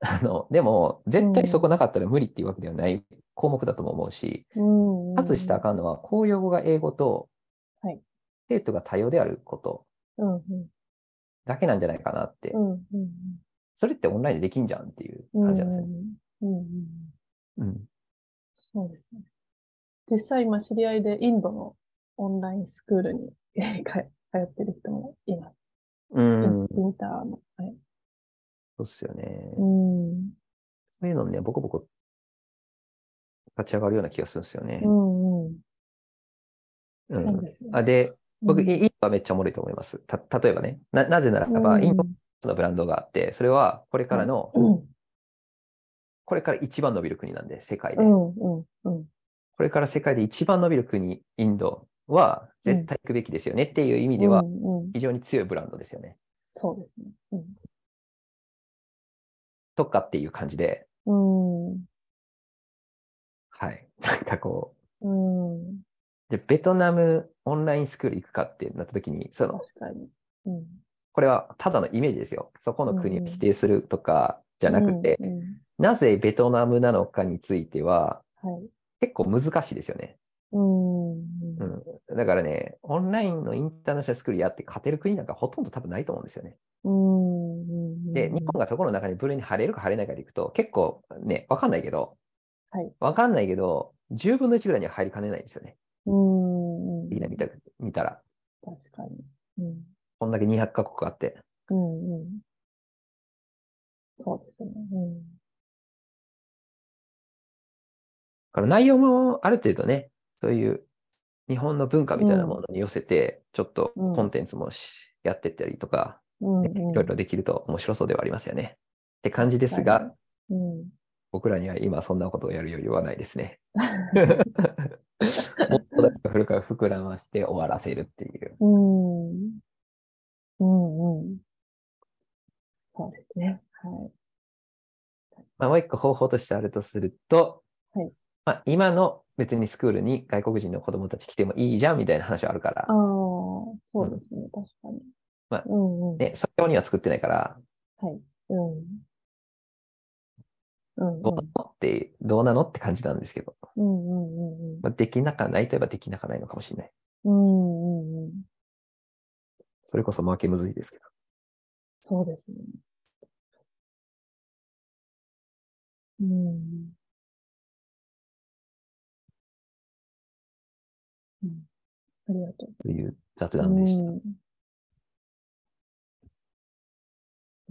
あの、でも、絶対そこなかったら無理っていうわけではない項目だとも思うし、
うんうん
外したらあかんのは、公用語が英語と
はい、
生徒が多様であること
うんうん
だけなんじゃないかなって
う、んうん
それってオンラインでできんじゃんっていう
うん
感じなんですよね。
うんうんうん
うん。
そうですね。実際、今、知り合いでインドのオンラインスクールに通ってる人もいます。
うん。
インターの。はい、
そうっすよね。
うん。
そういうのね、ボコボコ立ち上がるような気がするんですよね
う。んうん。
う。
そうんですね
あで、僕、
う
イ
ん
ンインドはめっちゃおもろいと思います。た例えばね、ななぜならば、
うん
インドのブランドがあって、それはこれからの、
うん
これから一番伸びる国なんで、世界で
う。んうんうん。
これから世界で一番伸びる国、インドは絶対行くべきですよねっていう意味では
う、んうん、
非常に強いブランドですよね。
そうですね。
とかっていう感じで、
うん。うん
はい。 *laughs* なんかこう、
うん。
でベトナムオンラインスクール行くかってなった時に、その、
確かに。うん。
これはただのイメージですよ。そこの国を否定するとか
じ
じゃなくて、
うんうん
なぜベトナムなのかについては、
はい。
結構難しいですよね。
うん。
うんだからね、オンラインのインターナショナルスクールやって勝てる国なんかほとんど多分ないと思うんですよね。
うんうん。
で、日本がそこの中に部類に入れるか入れないかでいくと、結構ね、わかんないけど、
はい
わかんないけど、10分の1ぐらいには入りかねないんですよね。
うん。うん。
いいな、見た見たら。
確かに。うん。
こんだけ200カ国あって。
うんうん。そうですね。うん。
だから内容もある程度ね、そういう日本の文化みたいなものに寄せて、ちょっと
うん
コンテンツもしやってったりとか、
うん
ね
うん
いろいろできると面白そうではありますよね。って感じです
は
が
い、うん、
僕らには今そんなことをやる余裕はないで
*laughs*
すね。もっとだけ古く膨らまして終わらせるっていう。
うん。うんうん。そうですね。はい。
まあ、もう一個方法としてあるとすると、
はい
まあ、今の別にスクールに外国人の子供たち来てもいいじゃんみたいな話はあるから
ああ、、そうですね。確かに。
まあ
うんうん。
ね、それ用には作ってないから、
はい。うん。うん
どうなのって、どうなのって感じなんですけど、
うん。うんうんうん
まあ、できなかないといえばできなかないのかもしれない。
うん。うんうんうん。
それこそ負けむずいですけど。
そうですね。うん。うん。ありがとう。
という雑談でした。
うん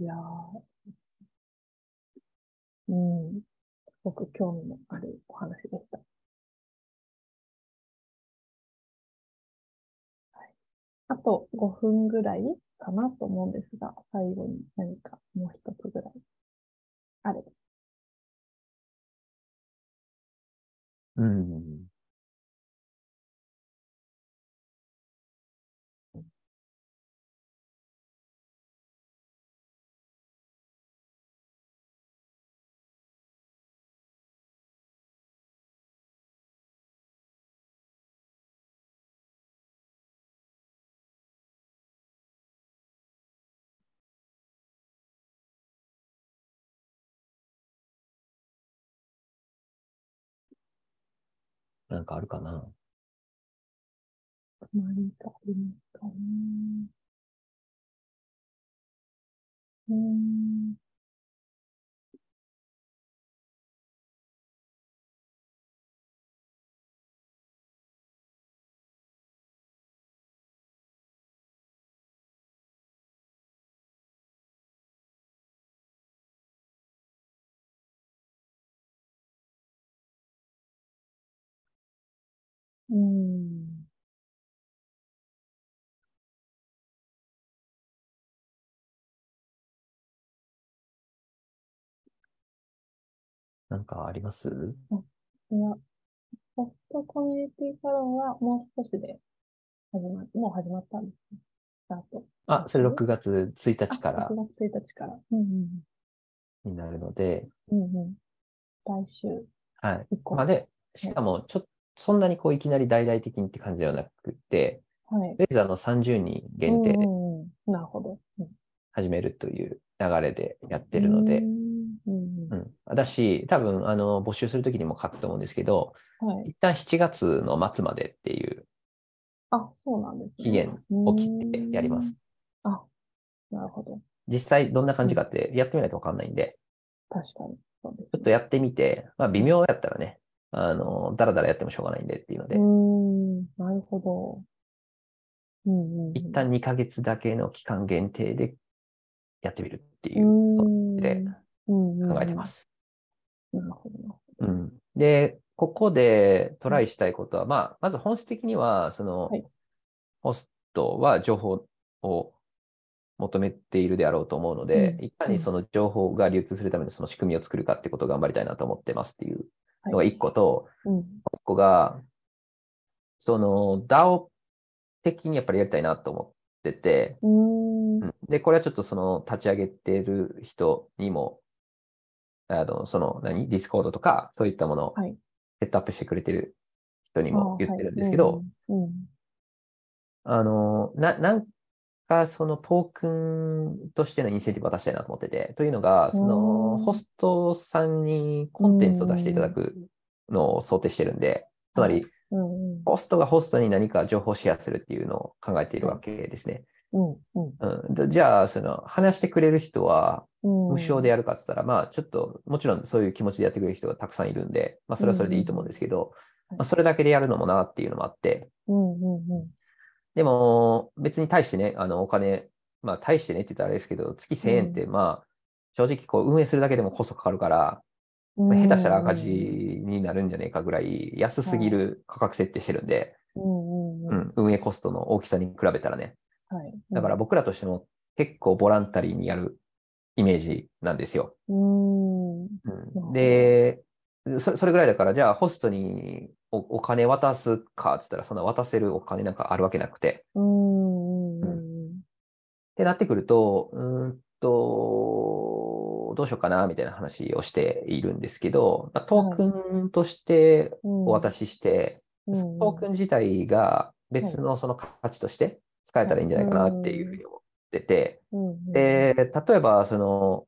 いやーうん。すごく興味のあるお話でした。はいあと5分ぐらいかなと思うんですが、最後に何かもう一つぐらいあれば。
うん。なんかあるかな。
何かありますかね。うーん。うーん。
なんかあります
いや、ホストコミュニティサロンはもう少しで始まる、もう始まったんですね。スタート。
あ、それ6月1日から
あ6月1日から。うん
になるので、
うん。うんうん。来週
はい。
以降。
まあ
はい。
で、しかも、ちょっと、そんなにこう、いきなり大々的にって感じではなくて、とりあえずあの30人限定
う
で
んうん。なるほど。うん
始めるという流れでやってるので、
うんうん
うん。だし、多分、あの、募集するときにも書くと思うんですけど、
はい。
一旦7月の末までっていう
あ、そうなんですね。
期限を切ってやります
う。ーん。あ、なるほど。
実際どんな感じかってやってみないとわかんないんで、
確かに。そうです
ちょっとやってみて、まあ微妙やったらね、あの、だらだらやってもしょうがないんでっていうので、
うーん。なるほど。うんうんうん。
一旦2ヶ月だけの期間限定でやってみるっていうう、
ー
そうんで
うんうん
考えてます。
うん。なるほどな。
うん。で、ここでトライしたいことは、まあ、まず本質的には、その
はい、
ホストは情報を求めているであろうと思うので、
うん
いかにその情報が流通するためのその仕組みを作るかってことを頑張りたいなと思ってますっていうのが
はい
1個と、
うん。
1個が、その DAO 的にやっぱりやりたいなと思ってて、
うーん。
うんで、これはちょっとその立ち上げてる人にも、あの、その何、ディスコードとか、そういったものを
はい
セットアップしてくれてる人に
あ
も
ー
言ってるんですけど、、
はい
あの、な、なんかそのトークンとしてのインセンティブを出したいなと思ってて、というのが、その
うん
ホストさんにコンテンツを出していただくのを想定してるんで、つまり、
うんうんうん
ホストがホストに何か情報をシェアするっていうのを考えているわけですね。
うんうん
うん、でじゃあ、その話してくれる人
う
は、
ん
無償でやるかって言ったら、まあちょっと、もちろんそういう気持ちでやってくれる人がたくさんいるんで、まあそれはそれでいいと思うんですけど、
うんうん
まあそれだけでやるのもなっていうのもあって、
うんうんうん
でも別に対してね、あのお金、まあ対してねって言ったらあれですけど、月1000円ってまあ正直こう運営するだけでもコストかかるから、
うん
まあ下手したら赤字になるんじゃねえかぐらい安すぎる価格設定してるんで、
うんうんう
うんん、運営コストの大きさに比べたらね。
はい
だから僕らとしても結構ボランタリーにやるイメージなんですよ。
うんうん
うんで、そそれぐらいだから、じゃあホストにおお金渡すかっつったら、そんな渡せるお金なんかあるわけなくて。
うんうんうん
ってなってくると、うーんと、どうしようかなみたいな話をしているんですけど、まあトークンとして
うん
お渡しして、そのトークン自体が別のその価値として使えたらいいんじゃないかなっていうふうに思ってて、
うんうん
で、例えば、その、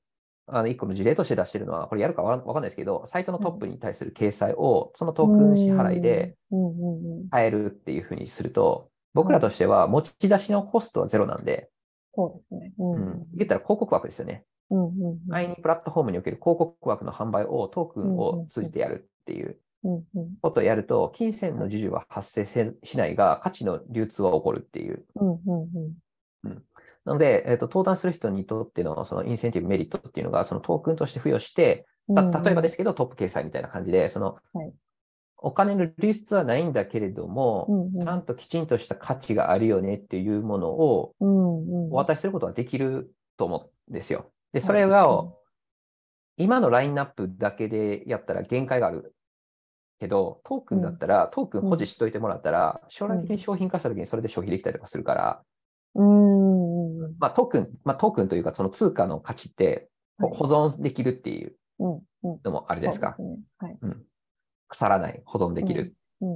あの、一個の事例として出してるのは、これやるかわわかんないですけど、サイトのトップに対する掲載を、そのトークン支払いで
うんうんうん
変えるっていうふうにすると、僕らとしては持ち出しのコストはゼロなんで、
そうですねう
うんん、言ったら広告枠ですよね。
うんうんうん
第二プラットフォームにおける広告枠の販売をトークンを通じてやるっていう
うんうん
ことをやると、金銭の授受は発生せしないが、価値の流通は起こるっていう。
うんうんうん
なので、えっと、登壇する人にとってのそのインセンティブメリットっていうのが、そのトークンとして付与して、た例えばですけど、トップ掲載みたいな感じで、その、
はい
お金の流出はないんだけれども、
うんうん
ちゃんときちんとした価値があるよねっていうものを
うんうん
お渡しすることができると思うんですよ。
は
で、
い
それが、
うん
今のラインナップだけでやったら限界があるけど、トークンだったら、トークン保持しといてもらったら、将来的に商品化した時にそれで消費できたりとかするから、
うんうんうん
まあトークン、まあトークンというかその通貨の価値ってほ
はい
保存できるっていう
うんうん
のもあるじゃないですか。
そうねはい
うん、腐らない、保存できる。
うん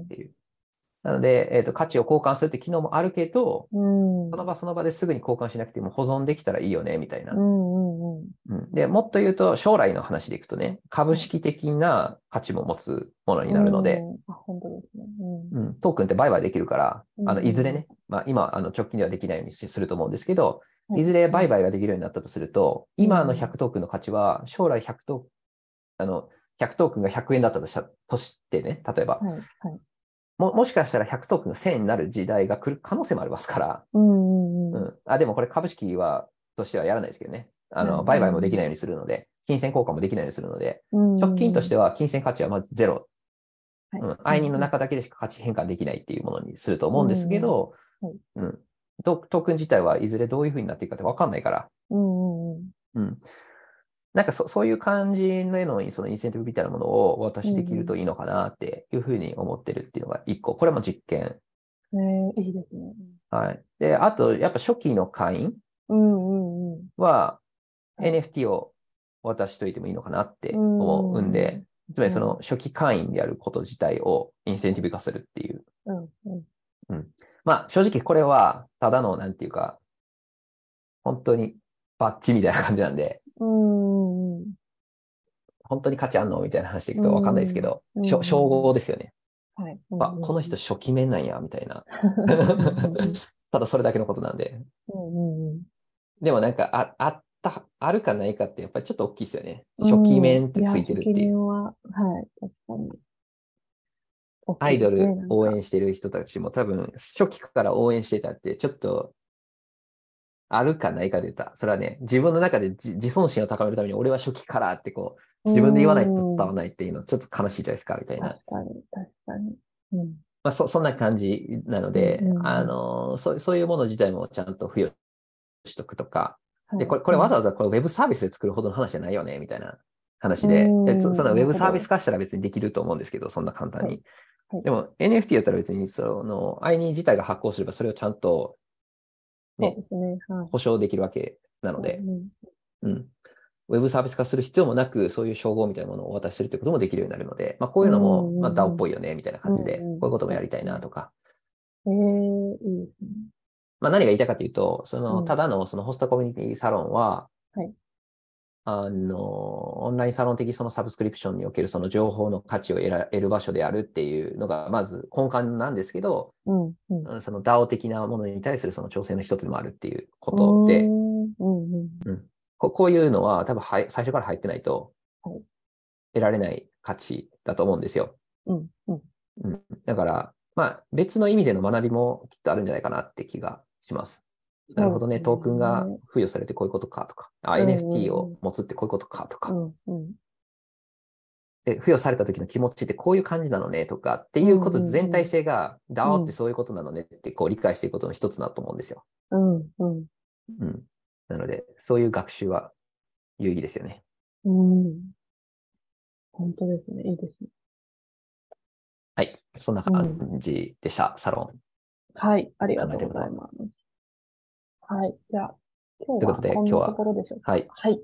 なので、えーと、価値を交換するって機能もあるけど、
うん
その場その場ですぐに交換しなくても保存できたらいいよね、みたいな。
うんうんうん
うんで、もっと言うと、将来の話でいくとね、株式的な価値も持つものになるので、
うんあ、本当ですね。
うん、トークンって売買できるから、あの
うん
いずれね、まあ、今、あの直近ではできないようにしすると思うんですけど、
はい
いずれ売買ができるようになったとすると、今の
うん
100トークンの価値は、将来100トークあの100トークンが100円だったとしたとしてね、例えば、
はいはい。
ももしかしたら100トークンが1000円になる時代が来る可能性もありますから、
うんうん
う
うん。
ん、あでもこれ、株式はとしてはやらないですけどね、あ
うんう
の
ん
売買もできないようにするので、金銭交換もできないようにするので、直近としてては金銭価値はまずゼロ。
はい
うん、愛人の中だけでしか価値変換できないっていうものにすると思うんですけど、
うんはい
うんトトークン自体はいずれどういうふうになっていくかって分かんないから、
うんうんうん。
うん、なんかそそういう感じのへのそのインセンティブみたいなものをお渡しできるといいのかなっていうふうに思ってるっていうのが一個、これも実験。
えー、いいですね。
はい、であと、やっぱ初期の会員
うんうんうん。
は
はい
NFT をお渡ししといてもいいのかなって思うんで、つまりその初期会員であること自体をインセンティブ化するっていう。
うんうん。
まあ正直これはただのなんていうか、本当にバッチみたいな感じなんで、
うんうんうん。
本当に価値あんのみたいな話でいくとわかんないですけど、
うん
しょ称号ですよね。
はい。
あ
うんうん
この人初期面なんや、みた
*laughs*
いな。
うん
ただそれだけのことなんで。
うんうん。
でもなんかああった、あるかないかってやっぱりちょっと大きいですよね。
うん
初期面ってついてるって
や初期
いう。
面は、はい、確かに。
アイド
大きいで
ル
すね
応援してる人たちも多分初期から応援してたってちょっとあるかないかで言った。それはね、自分の中で自自尊心を高めるために俺は初期からってこう、自分で言わないと伝わらないっていうのちょっと悲しいじゃないですか、みたいな。
確かに、確かに。うん
まあそ、そんな感じなので、
うん
あのそう、そういうもの自体もちゃんと付与しとくとか、
はい
で、これ、これわざわざこれウェブサービスで作るほどの話じゃないよね、みたいな話で、
うん
えそそんなウェ
なるほ
ブ
ど
サービス化したら別にできると思うんですけど、そんな簡単に。
はいはい
でも NFT やったら別に、その、アイニー自体が発行すればそれをちゃんと
うん
ね
そうですね。はい。
保証できるわけなので
う、ん
うん。ウェブサービス化する必要もなく、そういう称号みたいなものをお渡しするってこともできるようになるので、まあこういうのも、
うん
まあ DAO っぽいよね、みたいな感じで、
う
こ
んうん
ういうこともやりたいなとか、
えー、いいですね。
まあ、何が言いたいかというと、その
うん
ただのそのホストコミュニティサロンは、
はい
あのオンラインサロン的そのサブスクリプションにおけるその情報の価値を得ら得る場所であるっていうのが、まず根幹なんですけど、
うん、うん。
うんその DAO 的なものに対するその調整の一つでもあるっていうことで、
うん、うん、うん。
ここういうのは多分はい最初から入ってないと
はい
得られない価値だと思うんですよ。
うん、うん。
だから、まあ、別の意味での学びもきっとあるんじゃないかなって気がします。
うですね
なるほどね、トークンが付与されてこういうことかとか、
う
あ
んうん
NFT を持つってこういうことかと
う
か、
ん、うん。
で付与された時の気持ちってこういう感じなのねとかっていうこ
う
と
んうんうん
全体性が DAO っ
う
て
ん
そういうことなのねってこう理解していくことの一つだと思うんですよ。
うん、うん。
うん、なので、そういう学習は有意義ですよね。
うん。本当ですね。いいですね。
はい、そんな感じでした、サロン。
はい、ありがとうございます。はい、じゃあ、今日は
ということで
こんな
今日は
ところでしょうか。
はい、
はい。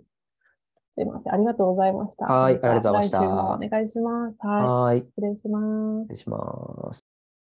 すいません。ありがとうございました。
はいありがとうございました
来週もお願いします。はい。
はーい、
失礼します。
失礼します。